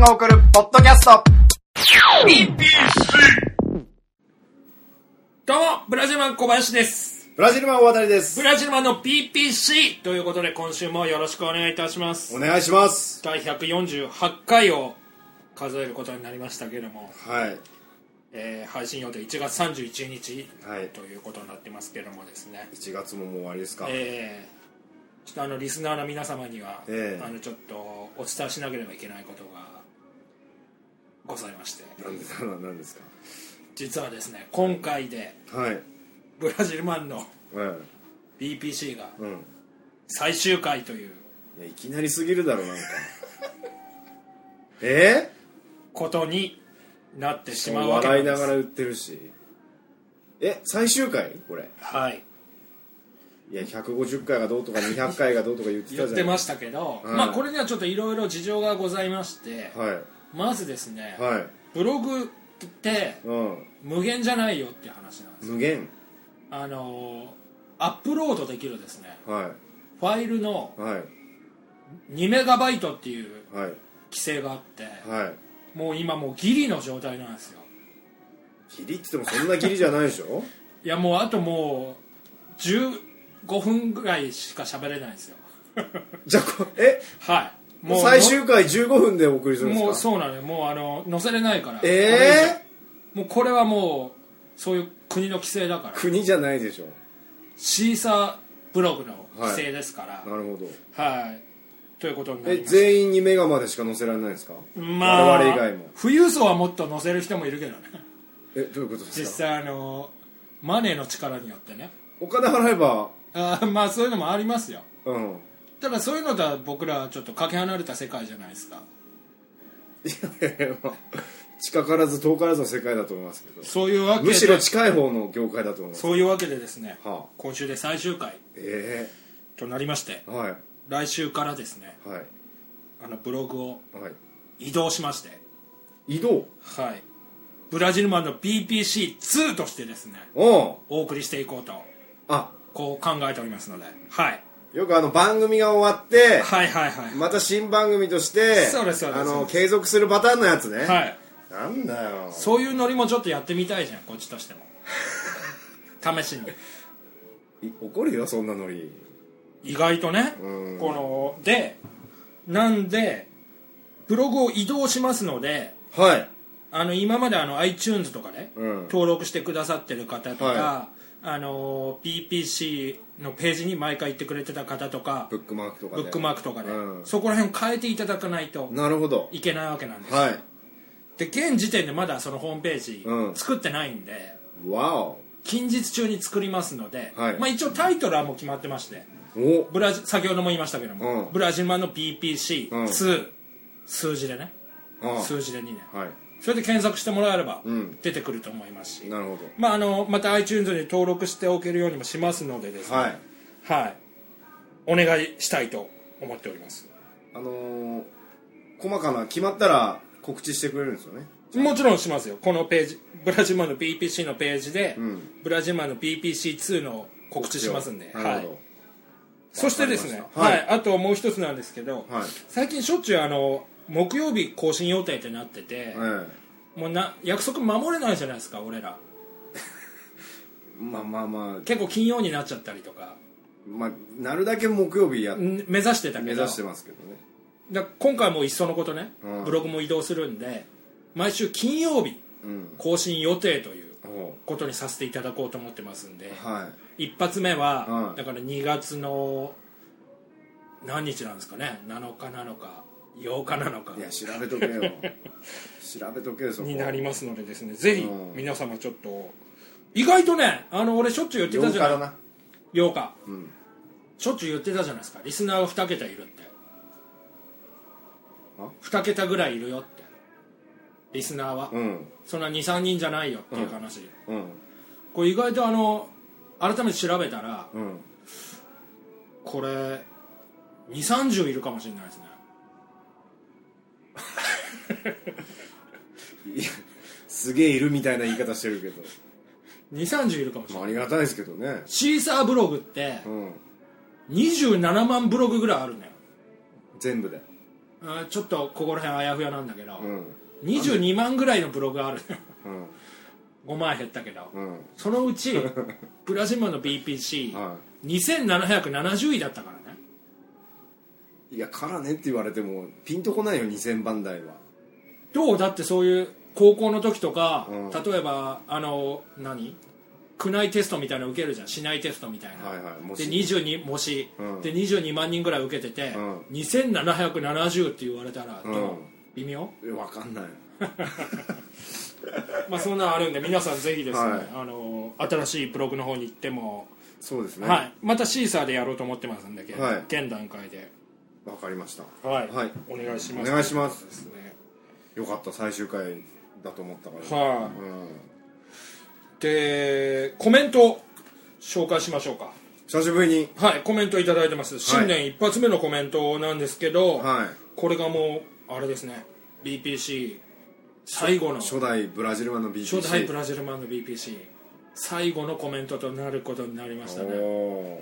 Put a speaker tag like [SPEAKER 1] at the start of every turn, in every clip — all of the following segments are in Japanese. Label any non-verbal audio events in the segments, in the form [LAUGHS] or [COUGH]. [SPEAKER 1] が送るポッドキャスト
[SPEAKER 2] どうも、ブラジルマン小林です。
[SPEAKER 3] ブラジルマン大渡です
[SPEAKER 2] ブ。ラジルマンの PPC ということで今週もよろしくお願いいたします
[SPEAKER 3] お。願いします。
[SPEAKER 2] 第148回を数えることになりましたけれども、
[SPEAKER 3] はい。
[SPEAKER 2] えー配信予定1月31日
[SPEAKER 3] はい
[SPEAKER 2] ということになってますけれどもですね、
[SPEAKER 3] 1月ももう終わりですか。
[SPEAKER 2] えーちょっとあのリスナーの皆様には、
[SPEAKER 3] ええ
[SPEAKER 2] あのちょっとお伝えしなければいけないことがございまして、
[SPEAKER 3] なんで、ななんです
[SPEAKER 2] 実はですね、今回で
[SPEAKER 3] か。はい。
[SPEAKER 2] ブラジルマンの
[SPEAKER 3] うん。
[SPEAKER 2] BPC が
[SPEAKER 3] うん。
[SPEAKER 2] 最終回という
[SPEAKER 3] いや、いきなりすぎるだろ、なんか。え
[SPEAKER 2] ことになってし
[SPEAKER 3] ー、
[SPEAKER 2] まうわけ
[SPEAKER 3] 笑い
[SPEAKER 2] で
[SPEAKER 3] な
[SPEAKER 2] す
[SPEAKER 3] がら売ってるし。え、最終回これ。
[SPEAKER 2] はい、
[SPEAKER 3] いや、150回がどうとか200回がどうとか言ってたじゃ
[SPEAKER 2] 言
[SPEAKER 3] ん。
[SPEAKER 2] ってましたけど、
[SPEAKER 3] うん
[SPEAKER 2] まあ、これにはちょっといろいろ事情がございまして、
[SPEAKER 3] はい。
[SPEAKER 2] まずですね、
[SPEAKER 3] はい。
[SPEAKER 2] ブログって
[SPEAKER 3] うん。
[SPEAKER 2] 無限じゃないよっていう話なんです
[SPEAKER 3] 無限。
[SPEAKER 2] あのーアップロードできるですね
[SPEAKER 3] は
[SPEAKER 2] ファイルの
[SPEAKER 3] い。はい。
[SPEAKER 2] 2メガバイトっていう
[SPEAKER 3] はい。
[SPEAKER 2] 規制があって、
[SPEAKER 3] はい。
[SPEAKER 2] もう今もうギリの状態なんですよ
[SPEAKER 3] ギリって言ってもそんなギリじゃないでしょ
[SPEAKER 2] いやもうあともう15分ぐらいしか喋れないんですよ [LAUGHS]
[SPEAKER 3] じゃあこ、え
[SPEAKER 2] はいも
[SPEAKER 3] もう
[SPEAKER 2] う
[SPEAKER 3] 最終回15分でお送りするんですか
[SPEAKER 2] もうそうなのよもうあの載せれないから
[SPEAKER 3] ええ
[SPEAKER 2] もうこれはもうそういう国の規制だから
[SPEAKER 3] 国じゃないでしょ
[SPEAKER 2] シーサーブログの規制ですから
[SPEAKER 3] なるほど
[SPEAKER 2] はい、ということにな
[SPEAKER 3] え
[SPEAKER 2] ります
[SPEAKER 3] 全員にメガまでしか載せられないんですか、
[SPEAKER 2] まあ
[SPEAKER 3] 我々以外も
[SPEAKER 2] 富裕層はもっと載せる人もいるけどね
[SPEAKER 3] えどういうことですか
[SPEAKER 2] 実際あのマネーの力によってね
[SPEAKER 3] お金払えば
[SPEAKER 2] あーまあそういうのもありますよ
[SPEAKER 3] うん
[SPEAKER 2] ただそういうのとは僕らはちょっとかけ離れた世界じゃないですか
[SPEAKER 3] いやいやい [LAUGHS] やまあ近からず遠からずの世界だと思いますけど
[SPEAKER 2] そういうわけで
[SPEAKER 3] むしろ近い方の業界だと思います
[SPEAKER 2] そういうわけでですね、
[SPEAKER 3] はあ
[SPEAKER 2] 今週で最終回
[SPEAKER 3] え
[SPEAKER 2] となりまして
[SPEAKER 3] えはい
[SPEAKER 2] 来週からですね
[SPEAKER 3] はい
[SPEAKER 2] あのブログを
[SPEAKER 3] はい
[SPEAKER 2] 移動しまして
[SPEAKER 3] 移動
[SPEAKER 2] はいブラジルマンの BPC2 としてですね
[SPEAKER 3] うん
[SPEAKER 2] お送りしていこうと
[SPEAKER 3] あ
[SPEAKER 2] こう考えておりますので、はい、
[SPEAKER 3] よくあの番組が終わって
[SPEAKER 2] はいはいはい
[SPEAKER 3] また新番組として
[SPEAKER 2] そうですそうです
[SPEAKER 3] あ
[SPEAKER 2] そう
[SPEAKER 3] の
[SPEAKER 2] です
[SPEAKER 3] 継続するパターンのやつね、
[SPEAKER 2] はい
[SPEAKER 3] なんだよ
[SPEAKER 2] そういうノリもちょっとやってみたいじゃんこっちとしても [LAUGHS] 試しに
[SPEAKER 3] い怒るよそんなノリ
[SPEAKER 2] 意外とね
[SPEAKER 3] うん
[SPEAKER 2] このでなんでブログを移動しますので
[SPEAKER 3] はい
[SPEAKER 2] あの今まであの iTunes とかね、
[SPEAKER 3] うん
[SPEAKER 2] 登録してくださってる方とか、
[SPEAKER 3] は
[SPEAKER 2] あの PPC のページに毎回行ってくれてた方とか
[SPEAKER 3] ブックマークとか
[SPEAKER 2] ブ
[SPEAKER 3] で
[SPEAKER 2] ックマークとかで、
[SPEAKER 3] うん
[SPEAKER 2] そこら辺変えていただかないと
[SPEAKER 3] なるほど
[SPEAKER 2] いけないわけなんです、
[SPEAKER 3] はい
[SPEAKER 2] で現時点でまだそのホームページ
[SPEAKER 3] うん
[SPEAKER 2] 作ってないんで、
[SPEAKER 3] わお
[SPEAKER 2] 近日中に作りますので、
[SPEAKER 3] はい
[SPEAKER 2] まあ、一応タイトルはもう決まってまして
[SPEAKER 3] お
[SPEAKER 2] ブラジ先ほども言いましたけども、
[SPEAKER 3] うん
[SPEAKER 2] ブラジルマンの PPC2、
[SPEAKER 3] うん
[SPEAKER 2] 数字でね
[SPEAKER 3] あ
[SPEAKER 2] 数字で2年
[SPEAKER 3] あは
[SPEAKER 2] それで検索してもらえれば
[SPEAKER 3] うん
[SPEAKER 2] 出てくると思いますし、
[SPEAKER 3] いなるほ
[SPEAKER 2] まあ、あのまた iTunes に登録しておけるようにもしますのでです
[SPEAKER 3] ど
[SPEAKER 2] ね
[SPEAKER 3] はい
[SPEAKER 2] はいお願いしたいと思っております
[SPEAKER 3] あのー、細かな決まったら告知してくれるんですよね
[SPEAKER 2] もちろんしますよこのページブラジルマンの BPC のページで、
[SPEAKER 3] ん
[SPEAKER 2] ブラジルマンの BPC2 の告知しますんで、
[SPEAKER 3] な
[SPEAKER 2] は
[SPEAKER 3] る
[SPEAKER 2] い
[SPEAKER 3] ほ、
[SPEAKER 2] そしてですね
[SPEAKER 3] わかりました
[SPEAKER 2] は
[SPEAKER 3] はい
[SPEAKER 2] あ
[SPEAKER 3] い、
[SPEAKER 2] ともう一つなんですけど、
[SPEAKER 3] はい
[SPEAKER 2] 最近しょっちゅうあの木曜日更新予定ってなってて、
[SPEAKER 3] ど、え
[SPEAKER 2] もうな約束守れないじゃないですか俺ら
[SPEAKER 3] えまあまあまあ、
[SPEAKER 2] 結構金曜になっちゃったりとか
[SPEAKER 3] まあ、なるだけ木曜日や
[SPEAKER 2] ん目指してたけど
[SPEAKER 3] 目指してますけどね
[SPEAKER 2] だから今回もいっそのことね、
[SPEAKER 3] うん
[SPEAKER 2] ブログも移動するんで毎週金曜日
[SPEAKER 3] うん
[SPEAKER 2] 更新予定という
[SPEAKER 3] お
[SPEAKER 2] ことにさせていただこうと思ってますんで、
[SPEAKER 3] は
[SPEAKER 2] 一発目は、
[SPEAKER 3] うん
[SPEAKER 2] だから2月の何日なんですかね7日なのか8日なのか
[SPEAKER 3] いいや調べとけよ
[SPEAKER 2] [LAUGHS]
[SPEAKER 3] 調べとけよそこ
[SPEAKER 2] になりますのでですねぜひ
[SPEAKER 3] うん
[SPEAKER 2] 皆様ちょっと意外とねあの俺しょっちゅう言って
[SPEAKER 3] 8
[SPEAKER 2] た
[SPEAKER 3] 日
[SPEAKER 2] じゃな
[SPEAKER 3] だ
[SPEAKER 2] い
[SPEAKER 3] な
[SPEAKER 2] 8日
[SPEAKER 3] うん
[SPEAKER 2] しょっちゅう言ってたじゃないですかリスナーが2桁いるって
[SPEAKER 3] あ
[SPEAKER 2] 2桁ぐらいいるよってリスナーは、
[SPEAKER 3] うん
[SPEAKER 2] そんな23人じゃないよっていう話、
[SPEAKER 3] うん
[SPEAKER 2] これ意外とあの改めて調べたら
[SPEAKER 3] うん
[SPEAKER 2] これ2 3 0いるかもしれないですね
[SPEAKER 3] いやすげえいるみたいな言い方してるけど、
[SPEAKER 2] 2 3 0いるかもしれない、
[SPEAKER 3] まあ、ありがたいですけどね
[SPEAKER 2] シーサーブログって
[SPEAKER 3] うん
[SPEAKER 2] 27万ブログぐらいあるのよ
[SPEAKER 3] 全部で
[SPEAKER 2] あーちょっとここら辺あやふやなんだけど、
[SPEAKER 3] うん
[SPEAKER 2] 22万ぐらいのブログある
[SPEAKER 3] うん
[SPEAKER 2] 5万減ったけど、
[SPEAKER 3] うん
[SPEAKER 2] そのう
[SPEAKER 3] [LAUGHS]
[SPEAKER 2] ちプラジマの BPC2770
[SPEAKER 3] は
[SPEAKER 2] 位だったからね
[SPEAKER 3] いいやからねって言われてもピンとこないよ2000番台は
[SPEAKER 2] どうだってそういう高校の時とか、
[SPEAKER 3] うん
[SPEAKER 2] 例えばあの何区内テストみたいなの受けるじゃん市内テストみたいな、
[SPEAKER 3] はいはいも
[SPEAKER 2] で
[SPEAKER 3] し
[SPEAKER 2] 22もし、
[SPEAKER 3] うん
[SPEAKER 2] で22万人ぐらい受けてて、
[SPEAKER 3] うん
[SPEAKER 2] 2770って言われたらどう、
[SPEAKER 3] うん
[SPEAKER 2] 微妙
[SPEAKER 3] えわかんない
[SPEAKER 2] まあそんなのあるんで皆さんぜひですね、
[SPEAKER 3] はい
[SPEAKER 2] あの新しいブログの方に行っても、
[SPEAKER 3] そうですね
[SPEAKER 2] はい、またシーサーでやろうと思ってますんで、
[SPEAKER 3] はい
[SPEAKER 2] 現段階で、
[SPEAKER 3] わかりました
[SPEAKER 2] はい
[SPEAKER 3] はい
[SPEAKER 2] お願いし
[SPEAKER 3] お
[SPEAKER 2] ます
[SPEAKER 3] 願いします
[SPEAKER 2] ですね
[SPEAKER 3] よかった最終回だと思ったから
[SPEAKER 2] は
[SPEAKER 3] う
[SPEAKER 2] い、
[SPEAKER 3] ん
[SPEAKER 2] でコメント紹介しましょうか
[SPEAKER 3] 久しぶりに
[SPEAKER 2] はいコメントいただいてます新年一発目のコメントなんですけど、
[SPEAKER 3] はい
[SPEAKER 2] これがもうあれですね BPC 最後の
[SPEAKER 3] 初代ブラジルマンの BPC
[SPEAKER 2] 初代ブラジルマンの BPC 最後のコメントとなることになりましたね
[SPEAKER 3] お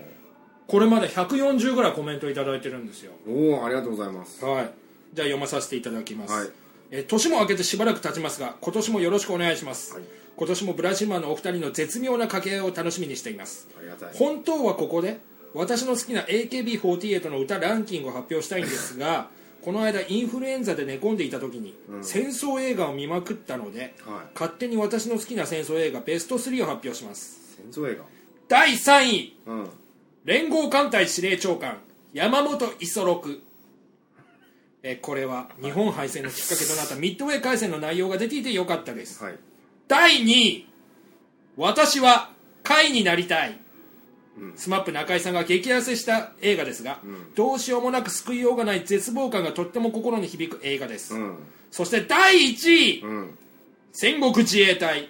[SPEAKER 2] これまで140ぐらいコメントいただいてるんですよ
[SPEAKER 3] ーおーありがとうございます
[SPEAKER 2] はいじゃあ読まさせていただきます、
[SPEAKER 3] はい
[SPEAKER 2] えー年も明けてしばらく経ちますが今年もよろしくお願いします、
[SPEAKER 3] はい
[SPEAKER 2] 今年もブラジルマンのお二人の絶妙な掛け合いを楽しみにしています
[SPEAKER 3] ありがたい
[SPEAKER 2] 本当はここで私の好きな AKB48 の歌ランキングを発表したいんですが [LAUGHS] この間インフルエンザで寝込んでいた時に、戦争映画を見まくったので、
[SPEAKER 3] はい
[SPEAKER 2] 勝手に私の好きな戦争映画ベスト3を発表します
[SPEAKER 3] 戦争映
[SPEAKER 2] 第3位
[SPEAKER 3] 画うん
[SPEAKER 2] 連合艦隊司令長官山本五十六えーこれは日本敗戦のきっかけとなったミッドウェー海戦の内容が出ていてよかったです
[SPEAKER 3] はい
[SPEAKER 2] 第2位私は貝になりたい、スマップ中井さんが激痩せした映画ですが、どうしようもなく救いようがない絶望感がとっても心に響く映画です、
[SPEAKER 3] うん
[SPEAKER 2] そして第1位、
[SPEAKER 3] うん
[SPEAKER 2] 戦国自衛隊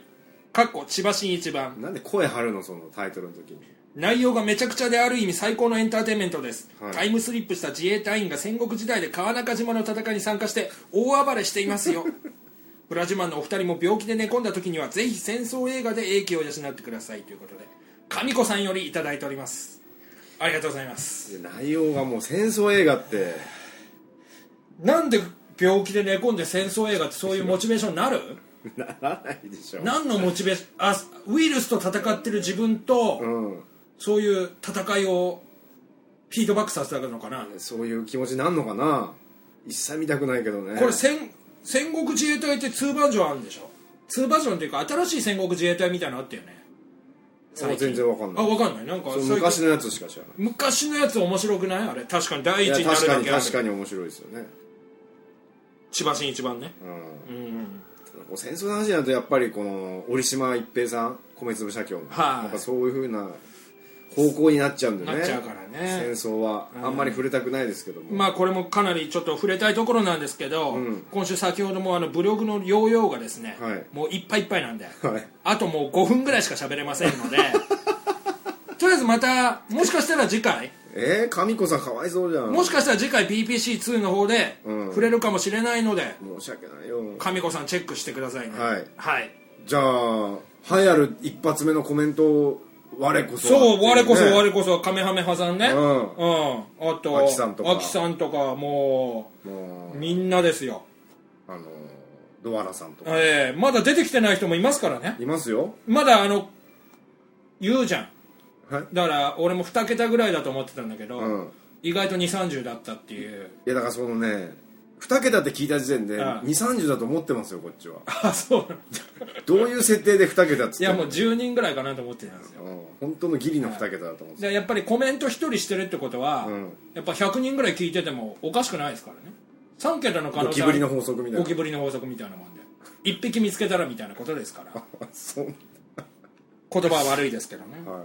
[SPEAKER 2] かっこ千葉真一番
[SPEAKER 3] なんで声張るのそのタイトルの時に
[SPEAKER 2] 内容がめちゃくちゃである意味最高のエンターテインメントです、
[SPEAKER 3] はい
[SPEAKER 2] タイムスリップした自衛隊員が戦国時代で川中島の戦いに参加して大暴れしています
[SPEAKER 3] [LAUGHS]
[SPEAKER 2] よブラジマンのお二人も病気で寝込んだ時にはぜひ戦争映画で英気を養ってくださいということで神子さんよりいただいておりますありがとうございます
[SPEAKER 3] で内容がもう戦争映画って
[SPEAKER 2] なんで病気で寝込んで戦争映画ってそういうモチベーションになる
[SPEAKER 3] ならないでしょ
[SPEAKER 2] 何のモチベーションあウイルスと戦ってる自分と、
[SPEAKER 3] うん
[SPEAKER 2] そういう戦いをフィードバックさせたのかな
[SPEAKER 3] そういう気持ちなんのかな一切見たくないけどね
[SPEAKER 2] これ戦戦国自衛隊って2バージョンあるんでしょ2バージョンっていうか新しい戦国自衛隊みたいなのあったよね
[SPEAKER 3] あ全然わかんな
[SPEAKER 2] あ
[SPEAKER 3] い
[SPEAKER 2] 分かんないなんか
[SPEAKER 3] そ
[SPEAKER 2] そう
[SPEAKER 3] の
[SPEAKER 2] いう
[SPEAKER 3] 昔のやつしか知らな
[SPEAKER 2] 昔のやつ面白くないあれ確かに第一
[SPEAKER 3] いい
[SPEAKER 2] に
[SPEAKER 3] や
[SPEAKER 2] なる
[SPEAKER 3] 確か
[SPEAKER 2] だ
[SPEAKER 3] に
[SPEAKER 2] けある
[SPEAKER 3] 確かに面白いですよね
[SPEAKER 2] 千葉真一番ね
[SPEAKER 3] うん
[SPEAKER 2] うん
[SPEAKER 3] こう戦争の話になるとやっぱりこの折島一平さん米粒社協の、
[SPEAKER 2] はい
[SPEAKER 3] やっぱそういうふうな方向になっちゃうんでね
[SPEAKER 2] なっちゃうから
[SPEAKER 3] 戦
[SPEAKER 2] ね
[SPEAKER 3] 争はあんまり触れたくないですけども、
[SPEAKER 2] まあこれもかなりちょっと触れたいところなんですけど、今週先ほどもあのブログの療養がですね、
[SPEAKER 3] はい
[SPEAKER 2] もういっぱいいっぱいなんで、
[SPEAKER 3] はい
[SPEAKER 2] あともう5分ぐらいしか喋れません
[SPEAKER 3] [LAUGHS]
[SPEAKER 2] のでとりあえずまたもしかしたら次回
[SPEAKER 3] えー、神子さんかわいそうじゃん
[SPEAKER 2] もしかしたら次回 BPC2 の方で
[SPEAKER 3] うん
[SPEAKER 2] 触れるかもしれないので、
[SPEAKER 3] 申し訳ないよ
[SPEAKER 2] 神子さんチェックしてくださいね
[SPEAKER 3] はい
[SPEAKER 2] はい、
[SPEAKER 3] じゃあ栄えある一発目のコメントを我こそは
[SPEAKER 2] そう我こそ
[SPEAKER 3] ね
[SPEAKER 2] 我こそカメハメ派さんね
[SPEAKER 3] う
[SPEAKER 2] うんん、あと
[SPEAKER 3] アキさんとか
[SPEAKER 2] アキさんとかも
[SPEAKER 3] も
[SPEAKER 2] う
[SPEAKER 3] う
[SPEAKER 2] みんなですよ、
[SPEAKER 3] あのドアラさんとか
[SPEAKER 2] ええまだ出てきてない人もいますからね
[SPEAKER 3] いますよ
[SPEAKER 2] まだあの言うじゃん
[SPEAKER 3] はい
[SPEAKER 2] だから俺も2桁ぐらいだと思ってたんだけど、
[SPEAKER 3] うん
[SPEAKER 2] 意外と2 3 0だったっていう
[SPEAKER 3] いやだからそのね2桁って聞いた時点で
[SPEAKER 2] ああ
[SPEAKER 3] 2 3 0だと思ってますよこっちは
[SPEAKER 2] [LAUGHS] あそうなんだ
[SPEAKER 3] どういう設定で2桁っつって
[SPEAKER 2] いやもう10人ぐらいかなと思ってたんですよ
[SPEAKER 3] うん本当のギリの2桁だと思って
[SPEAKER 2] でやっぱりコメント1人してるってことは、
[SPEAKER 3] ん
[SPEAKER 2] やっぱ100人ぐらい聞いててもおかしくないですからね3桁の可能
[SPEAKER 3] ゴ
[SPEAKER 2] 性
[SPEAKER 3] キ
[SPEAKER 2] あ
[SPEAKER 3] ブ
[SPEAKER 2] る
[SPEAKER 3] リの法則みた
[SPEAKER 2] [LAUGHS]
[SPEAKER 3] い
[SPEAKER 2] ゴ
[SPEAKER 3] な
[SPEAKER 2] キブリの法則みたいなもんで1匹見つけたらみたいなことですから
[SPEAKER 3] [LAUGHS] そう
[SPEAKER 2] 言葉は悪いですけどね
[SPEAKER 3] はい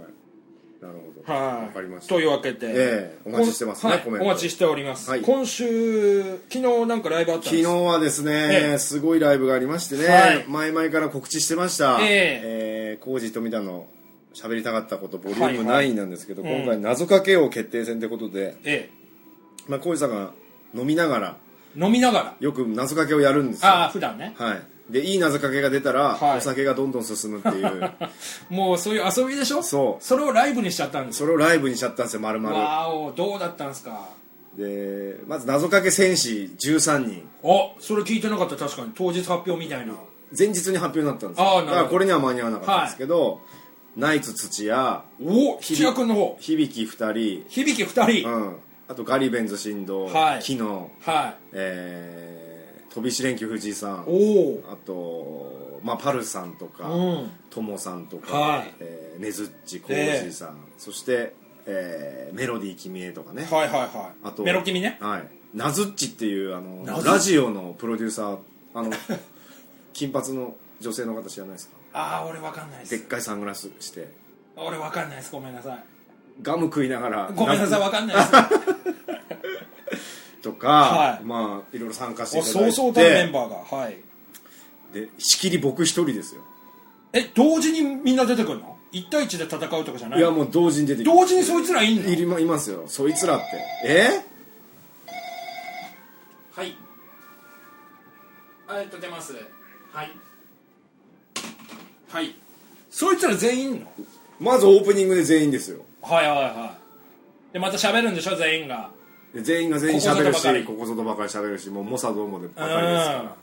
[SPEAKER 3] なるほど
[SPEAKER 2] はい
[SPEAKER 3] わかりました
[SPEAKER 2] というわけで、
[SPEAKER 3] ええお待ちしてます
[SPEAKER 2] こん
[SPEAKER 3] ね
[SPEAKER 2] はい
[SPEAKER 3] コメント
[SPEAKER 2] お待ちしております、
[SPEAKER 3] はい
[SPEAKER 2] 今週昨日なんかライブあったん
[SPEAKER 3] 昨
[SPEAKER 2] です
[SPEAKER 3] 日はです
[SPEAKER 2] え
[SPEAKER 3] ね
[SPEAKER 2] え
[SPEAKER 3] すごいライブがありまして
[SPEAKER 2] はい
[SPEAKER 3] ね前々から告知してました
[SPEAKER 2] え
[SPEAKER 3] えー浩二富田の喋りたかったことボリュ
[SPEAKER 2] はい
[SPEAKER 3] ーム
[SPEAKER 2] は
[SPEAKER 3] 9なんですけど今回謎かけ王決定戦ってことで
[SPEAKER 2] え
[SPEAKER 3] まあ浩二さんが飲みながら
[SPEAKER 2] え飲みながら
[SPEAKER 3] よく謎かけをやるんですよ
[SPEAKER 2] ああ普段ね
[SPEAKER 3] はいでいい謎かけが出たら
[SPEAKER 2] はい
[SPEAKER 3] お酒がどんどん進むっ
[SPEAKER 2] [LAUGHS]
[SPEAKER 3] ていう
[SPEAKER 2] もうそういう遊びでしょ
[SPEAKER 3] そう
[SPEAKER 2] それをライブにしちゃったんですよ
[SPEAKER 3] それをライブにしちゃったんですよ丸々
[SPEAKER 2] わーおどうだったんですか
[SPEAKER 3] でまず謎かけ戦士13人
[SPEAKER 2] あそれ聞いてなかった確かに当日発表みたいな
[SPEAKER 3] 前日に発表になったんですよ
[SPEAKER 2] あーなるほど
[SPEAKER 3] だからこれには間に合わなかったんですけど、ナイツ土屋
[SPEAKER 2] おお土屋君の方
[SPEAKER 3] 響2
[SPEAKER 2] 響2
[SPEAKER 3] 人、
[SPEAKER 2] 人、
[SPEAKER 3] うん、あとガリベンズ振動、
[SPEAKER 2] はい
[SPEAKER 3] 木野、
[SPEAKER 2] はい
[SPEAKER 3] えー、飛び石連休藤井さん
[SPEAKER 2] おお
[SPEAKER 3] あと、まあ、パルさんとか、
[SPEAKER 2] うん
[SPEAKER 3] トモさんとか、
[SPEAKER 2] はい
[SPEAKER 3] えーねずっちこうじさん、そして、えーメロディー君へとかね、
[SPEAKER 2] はいはいはい
[SPEAKER 3] あと
[SPEAKER 2] メロキミね
[SPEAKER 3] はいなずっちっていうあ
[SPEAKER 2] なず
[SPEAKER 3] の
[SPEAKER 2] っ
[SPEAKER 3] ラジオのプロデューサー
[SPEAKER 2] [LAUGHS]
[SPEAKER 3] あの金髪の女性の方知らないですか
[SPEAKER 2] ああ俺わかんないで
[SPEAKER 3] ですっかいサングラスして
[SPEAKER 2] 俺わかんないですごめんなさい
[SPEAKER 3] ガム食いながら
[SPEAKER 2] ごめんなさいわかんないです
[SPEAKER 3] とか、
[SPEAKER 2] はい
[SPEAKER 3] まあいろいろ参加してい
[SPEAKER 2] お
[SPEAKER 3] ただい
[SPEAKER 2] そうそ
[SPEAKER 3] て
[SPEAKER 2] うたるメンバーがはい
[SPEAKER 3] でしきり僕一人ですよ、
[SPEAKER 2] え同時にみんな出てくるの1対1で戦うとかじゃない
[SPEAKER 3] いや
[SPEAKER 2] の
[SPEAKER 3] もう同時に出てきて
[SPEAKER 2] 同時にそいつらいんの
[SPEAKER 3] いりまいますよそいつらってえ
[SPEAKER 2] はいあえっと出ますはいはいそいつら全員いんの
[SPEAKER 3] まずオープニングで全員ですよ
[SPEAKER 2] はいはいはいでまた喋るんでしょ全員が
[SPEAKER 3] で全員が全員喋る
[SPEAKER 2] ここぞとばかり
[SPEAKER 3] しここぞとばかり喋るしもう猛者どうもでば
[SPEAKER 2] う
[SPEAKER 3] かりですか
[SPEAKER 2] ん
[SPEAKER 3] ら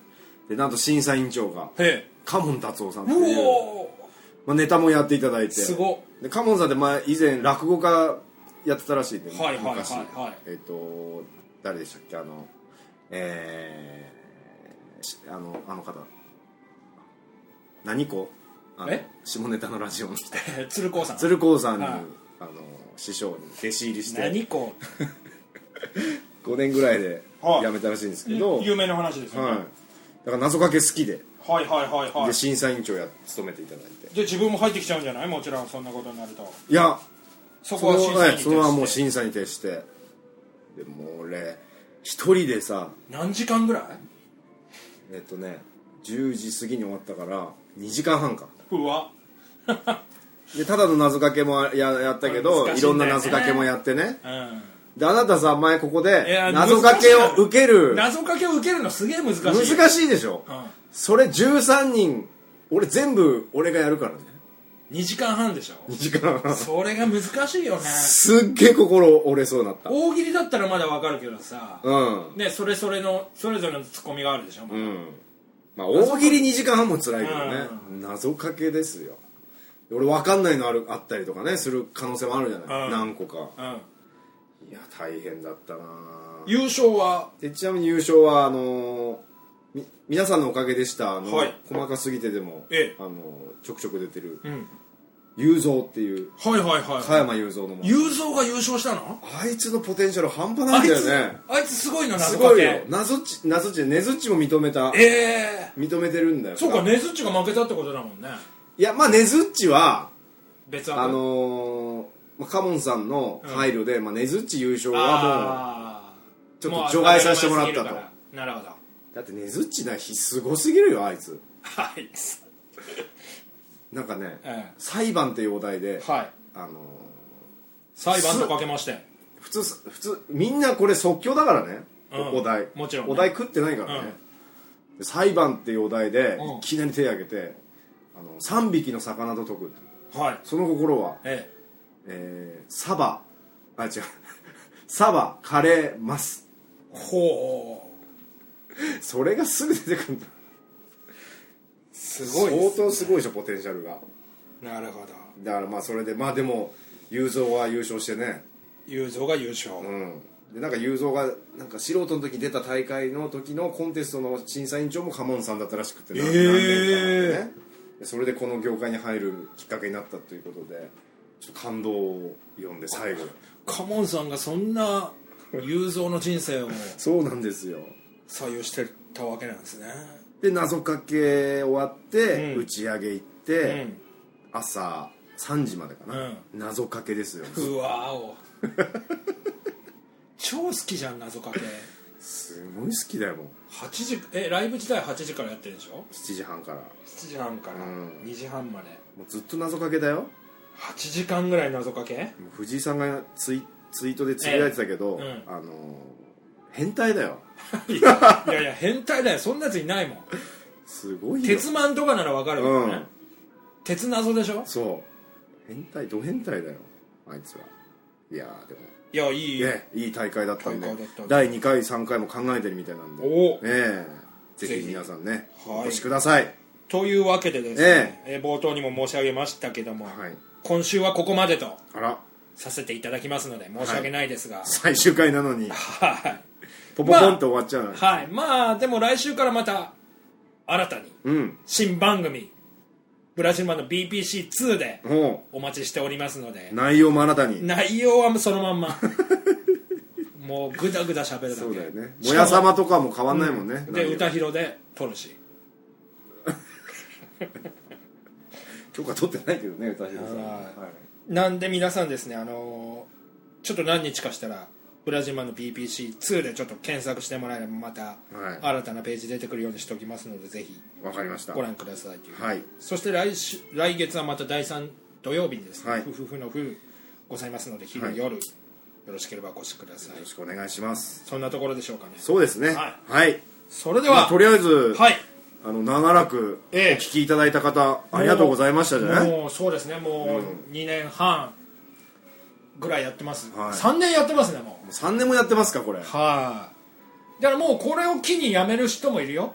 [SPEAKER 3] でなんと審査委員長が
[SPEAKER 2] へえ
[SPEAKER 3] カモン達夫さんって
[SPEAKER 2] う
[SPEAKER 3] いう、
[SPEAKER 2] おー
[SPEAKER 3] まあ、ネタもやっていただいて
[SPEAKER 2] すごっ
[SPEAKER 3] でカモンさんって前以前落語家やってたらしいんで、
[SPEAKER 2] はいはいはいはい
[SPEAKER 3] 昔えっ、と誰でしたっけあのえーしあのあの方何子あの
[SPEAKER 2] え
[SPEAKER 3] 下ネタのラジオの人
[SPEAKER 2] えー鶴光さん
[SPEAKER 3] 鶴光さんに、
[SPEAKER 2] はい
[SPEAKER 3] あの師匠に弟子入りして
[SPEAKER 2] 何こ
[SPEAKER 3] 5年ぐらいで
[SPEAKER 2] はい
[SPEAKER 3] 辞めたらしいんです
[SPEAKER 2] う
[SPEAKER 3] けど、はい、
[SPEAKER 2] 有名な話ですよね、
[SPEAKER 3] だから謎かけ好きで,、
[SPEAKER 2] はい、はいはいはい
[SPEAKER 3] で審査委員長や務めていただいて
[SPEAKER 2] で自分も入ってきちゃうんじゃないもちろんそんなことになると
[SPEAKER 3] いや
[SPEAKER 2] そ
[SPEAKER 3] そ
[SPEAKER 2] こは
[SPEAKER 3] の
[SPEAKER 2] 審査
[SPEAKER 3] は
[SPEAKER 2] 員
[SPEAKER 3] い
[SPEAKER 2] に
[SPEAKER 3] そのままもう
[SPEAKER 2] 対して
[SPEAKER 3] 審査に徹してでもう俺一人でさ
[SPEAKER 2] 何時間ぐらい
[SPEAKER 3] えっとね10時過ぎに終わったから2時間半か
[SPEAKER 2] うわ
[SPEAKER 3] でただの謎かけもややったけど
[SPEAKER 2] これ難しいんだよね
[SPEAKER 3] いろんな謎かけもやってね
[SPEAKER 2] うん
[SPEAKER 3] であなたさ前ここ
[SPEAKER 2] いや
[SPEAKER 3] で謎かけを受ける
[SPEAKER 2] 謎かけを受けるのすげえ難しい
[SPEAKER 3] 難
[SPEAKER 2] い、
[SPEAKER 3] しいでしょ、
[SPEAKER 2] う
[SPEAKER 3] それ13人俺全部俺がやるからね
[SPEAKER 2] ん、2時間半でしょ
[SPEAKER 3] 2時
[SPEAKER 2] [LAUGHS]
[SPEAKER 3] 間半
[SPEAKER 2] それが難しいよね
[SPEAKER 3] すっげえ心折れそうになった
[SPEAKER 2] 大喜利だったらまだわかるけどさ、
[SPEAKER 3] うん
[SPEAKER 2] ねそれそれのそれぞれのツッコミがあるでしょ、まあ
[SPEAKER 3] うんまあ大喜利2時間半も辛いけどね
[SPEAKER 2] う
[SPEAKER 3] 謎かけですよ俺分かんないのあるあったりとかねする可能性もあるじゃな
[SPEAKER 2] う
[SPEAKER 3] い
[SPEAKER 2] ん
[SPEAKER 3] 何個か
[SPEAKER 2] うん、
[SPEAKER 3] いや大変だったな
[SPEAKER 2] 優勝は
[SPEAKER 3] でちなみに優勝はあのーみ皆さんのおかげでしたあの、
[SPEAKER 2] はい
[SPEAKER 3] 細かすぎてでも、
[SPEAKER 2] ええ
[SPEAKER 3] あのーちょくちょく出てる
[SPEAKER 2] うん
[SPEAKER 3] 雄三っていう
[SPEAKER 2] はいはいはい
[SPEAKER 3] 加山雄三のも
[SPEAKER 2] 雄三が優勝したの
[SPEAKER 3] あいつのポテンシャル半端
[SPEAKER 2] あ
[SPEAKER 3] ない
[SPEAKER 2] い
[SPEAKER 3] んだ
[SPEAKER 2] つ、
[SPEAKER 3] よね
[SPEAKER 2] あいつすごいの
[SPEAKER 3] す
[SPEAKER 2] 謎か
[SPEAKER 3] ごい
[SPEAKER 2] け
[SPEAKER 3] よ謎っち謎っちねずっちも認めた
[SPEAKER 2] ええ
[SPEAKER 3] 認めてるんだよ
[SPEAKER 2] そうかねずっちが負けたってことだもんね
[SPEAKER 3] いやまあねずっちは
[SPEAKER 2] 別枠
[SPEAKER 3] あのーまあカモンさんの配慮で、まあ、ねずっち優勝はも
[SPEAKER 2] あー
[SPEAKER 3] ちょっと
[SPEAKER 2] もう
[SPEAKER 3] 除外させてもらったと
[SPEAKER 2] なるほど
[SPEAKER 3] うだってねずっちな日すごすぎるよあいつ
[SPEAKER 2] はいつ
[SPEAKER 3] なんかね、
[SPEAKER 2] ええ
[SPEAKER 3] 裁判っていうお題で、
[SPEAKER 2] はい
[SPEAKER 3] あの
[SPEAKER 2] 裁判とかけまして
[SPEAKER 3] ー普通普通みんなこれ即興だからね、
[SPEAKER 2] うん
[SPEAKER 3] お題
[SPEAKER 2] もちろんね
[SPEAKER 3] お題食ってないからね、で裁判っていうお題で、
[SPEAKER 2] うん
[SPEAKER 3] いきなり手を挙げてあの3匹の魚と解く
[SPEAKER 2] はい
[SPEAKER 3] その心は
[SPEAKER 2] え
[SPEAKER 3] えーサバあ違うサバカレーマス
[SPEAKER 2] えほ
[SPEAKER 3] それがすぐ出てくるんだ
[SPEAKER 2] うすご
[SPEAKER 3] 相
[SPEAKER 2] いです
[SPEAKER 3] 当すごいでしょポテンシャルが
[SPEAKER 2] なるほど
[SPEAKER 3] だからまあそれでまあでも雄三は優勝してね
[SPEAKER 2] 雄三が優勝、
[SPEAKER 3] うんでなんか雄三がなんか素人の時出た大会の時のコンテストの審査委員長もカモンさんだったらしくてな
[SPEAKER 2] えー
[SPEAKER 3] 何年かねでそれでこの業界に入るきっかけになったということでちょっと感動を読んで最後
[SPEAKER 2] カモンさんがそんな雄三の人生を
[SPEAKER 3] そうなんですよ
[SPEAKER 2] 採用してたわけなんですね
[SPEAKER 3] で謎かけ終わって、
[SPEAKER 2] うん
[SPEAKER 3] 打ち上げ行っ
[SPEAKER 2] う
[SPEAKER 3] て、
[SPEAKER 2] ん
[SPEAKER 3] 朝3時までかな、
[SPEAKER 2] うん
[SPEAKER 3] 謎かけですよ
[SPEAKER 2] うわーお [LAUGHS] 超好きじゃん謎かけ
[SPEAKER 3] すごい好きだよもう
[SPEAKER 2] 8時えライブ自体8時からやってるでしょ
[SPEAKER 3] 7時半からも
[SPEAKER 2] 7時半から
[SPEAKER 3] うん
[SPEAKER 2] 2時半まで
[SPEAKER 3] うずっと謎かけだよ
[SPEAKER 2] 8時間ぐらい謎かけ
[SPEAKER 3] もう藤井さんがツイツイートでつぶやいてたけど、
[SPEAKER 2] ええう
[SPEAKER 3] あのー変態だよ
[SPEAKER 2] いやいやいや変態だよそんなやついないもん
[SPEAKER 3] すごいよ
[SPEAKER 2] 鉄マンとかならわかるけどね、
[SPEAKER 3] うん
[SPEAKER 2] 鉄謎でしょ
[SPEAKER 3] そう変態ド変態だよあいつはいやーでも
[SPEAKER 2] いやいい、
[SPEAKER 3] ね、いい大会だったんで
[SPEAKER 2] 大会だったんで
[SPEAKER 3] 第2回3回も考えてるみたいなんで、ね
[SPEAKER 2] おお
[SPEAKER 3] えぜひ皆さんね
[SPEAKER 2] はい
[SPEAKER 3] お越しください
[SPEAKER 2] というわけでですね、えー冒頭にも申し上げましたけども、
[SPEAKER 3] はい
[SPEAKER 2] 今週はここまでと
[SPEAKER 3] あら
[SPEAKER 2] させていただきますので申し訳ないですが
[SPEAKER 3] 最終回なのに
[SPEAKER 2] はい、
[SPEAKER 3] ポポポンと終わっちゃう、
[SPEAKER 2] はい、まあでも来週からまた新たに
[SPEAKER 3] うん
[SPEAKER 2] 新番組「ブラジルマンの BPC2」で
[SPEAKER 3] も
[SPEAKER 2] お待ちしておりますので
[SPEAKER 3] う内容も新たに
[SPEAKER 2] 内容はそのまん
[SPEAKER 3] [LAUGHS]
[SPEAKER 2] まもうグダグダ喋るだけ
[SPEAKER 3] そうだよねもやさまとかも変わんないもんね、
[SPEAKER 2] で
[SPEAKER 3] 内容
[SPEAKER 2] 歌広で撮るし
[SPEAKER 3] 許可取ってないけどね歌姫さん
[SPEAKER 2] はい
[SPEAKER 3] はい
[SPEAKER 2] なんで皆さんですねあのーちょっと何日かしたらブラジルマンの BPC2 でちょっと検索してもらえればまた
[SPEAKER 3] はい
[SPEAKER 2] 新たなページ出てくるようにしておきますのでぜひ
[SPEAKER 3] わ、かりました
[SPEAKER 2] ご覧くださいという
[SPEAKER 3] はい
[SPEAKER 2] そして来週来月はまた第3土曜日にですね、
[SPEAKER 3] はい
[SPEAKER 2] ふふふのふございますので昼、
[SPEAKER 3] はい
[SPEAKER 2] 夜よろしければお越しください
[SPEAKER 3] よろしくお願いします
[SPEAKER 2] そんなところでしょうかね
[SPEAKER 3] そうですね
[SPEAKER 2] は
[SPEAKER 3] はい、
[SPEAKER 2] それで
[SPEAKER 3] ま
[SPEAKER 2] は、
[SPEAKER 3] あとりあえず、
[SPEAKER 2] はい
[SPEAKER 3] あの長らくお
[SPEAKER 2] ええ
[SPEAKER 3] 聞きいただいた方、ありがとうございましたじゃない
[SPEAKER 2] もうそうですねもう2年半ぐらいやってます、
[SPEAKER 3] はい
[SPEAKER 2] 3年やってますねもう
[SPEAKER 3] 3年もやってますかこれ
[SPEAKER 2] はいだからもうこれを機にやめる人もいるよ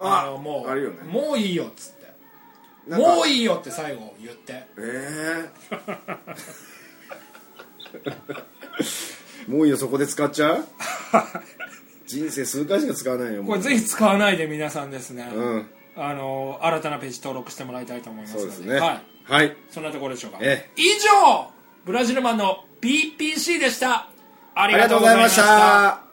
[SPEAKER 3] あ
[SPEAKER 2] のもう
[SPEAKER 3] あるよね
[SPEAKER 2] もういいよっつって
[SPEAKER 3] なんか
[SPEAKER 2] もういいよって最後言って
[SPEAKER 3] ええもういいよそこで使っ
[SPEAKER 2] [LAUGHS]
[SPEAKER 3] ちゃう人生数回しか使わないよも
[SPEAKER 2] こ
[SPEAKER 3] う
[SPEAKER 2] れぜひ使わないで皆さんですね、
[SPEAKER 3] うん
[SPEAKER 2] あの新たなページ登録してもらいたいと思いますの
[SPEAKER 3] そう
[SPEAKER 2] で
[SPEAKER 3] ですね
[SPEAKER 2] はい、
[SPEAKER 3] はい、
[SPEAKER 2] そんなところでしょうか、
[SPEAKER 3] え
[SPEAKER 2] 以上ブラジルマンの BPC でしたあ
[SPEAKER 3] あ
[SPEAKER 2] り
[SPEAKER 3] り
[SPEAKER 2] が
[SPEAKER 3] が
[SPEAKER 2] と
[SPEAKER 3] と
[SPEAKER 2] うご
[SPEAKER 3] う
[SPEAKER 2] ざ
[SPEAKER 3] ござ
[SPEAKER 2] い
[SPEAKER 3] い
[SPEAKER 2] ま
[SPEAKER 3] ま
[SPEAKER 2] し
[SPEAKER 3] したた